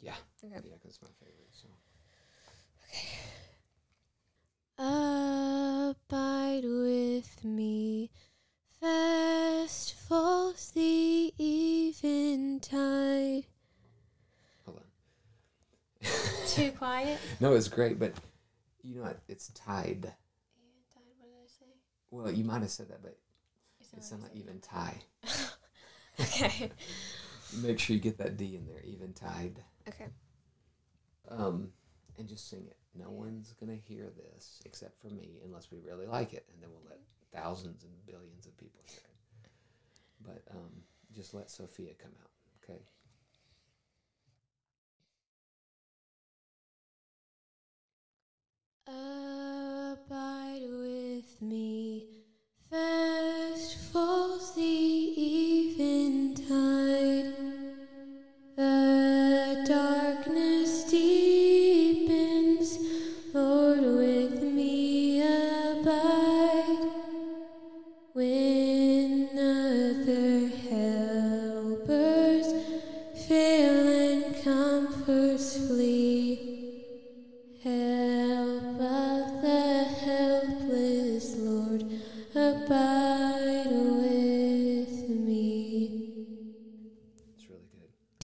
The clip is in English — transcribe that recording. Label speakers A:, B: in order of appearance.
A: Yeah.
B: Okay.
A: Yeah, because my favorite. So.
B: Abide with me. Fast falls the eventide.
A: Hold on.
B: Too quiet.
A: No, it's great, but you know what? It's tied.
B: Eventide. What did I say?
A: Well, you might have said that, but
B: It
A: it
B: sounded
A: sounded
B: like
A: like even tie.
B: okay.
A: Make sure you get that D in there, even tied.
B: Okay.
A: Um, and just sing it. No
B: Yeah.
A: one's gonna hear this except for me, unless we really like it, and then we'll let thousands and billions of people hear it. But um, just let Sophia come out, okay?
B: Abide with me. Fast falls the eventide. The darkness deepens. Lord, with me abide. When other helpers fail and comforts flee.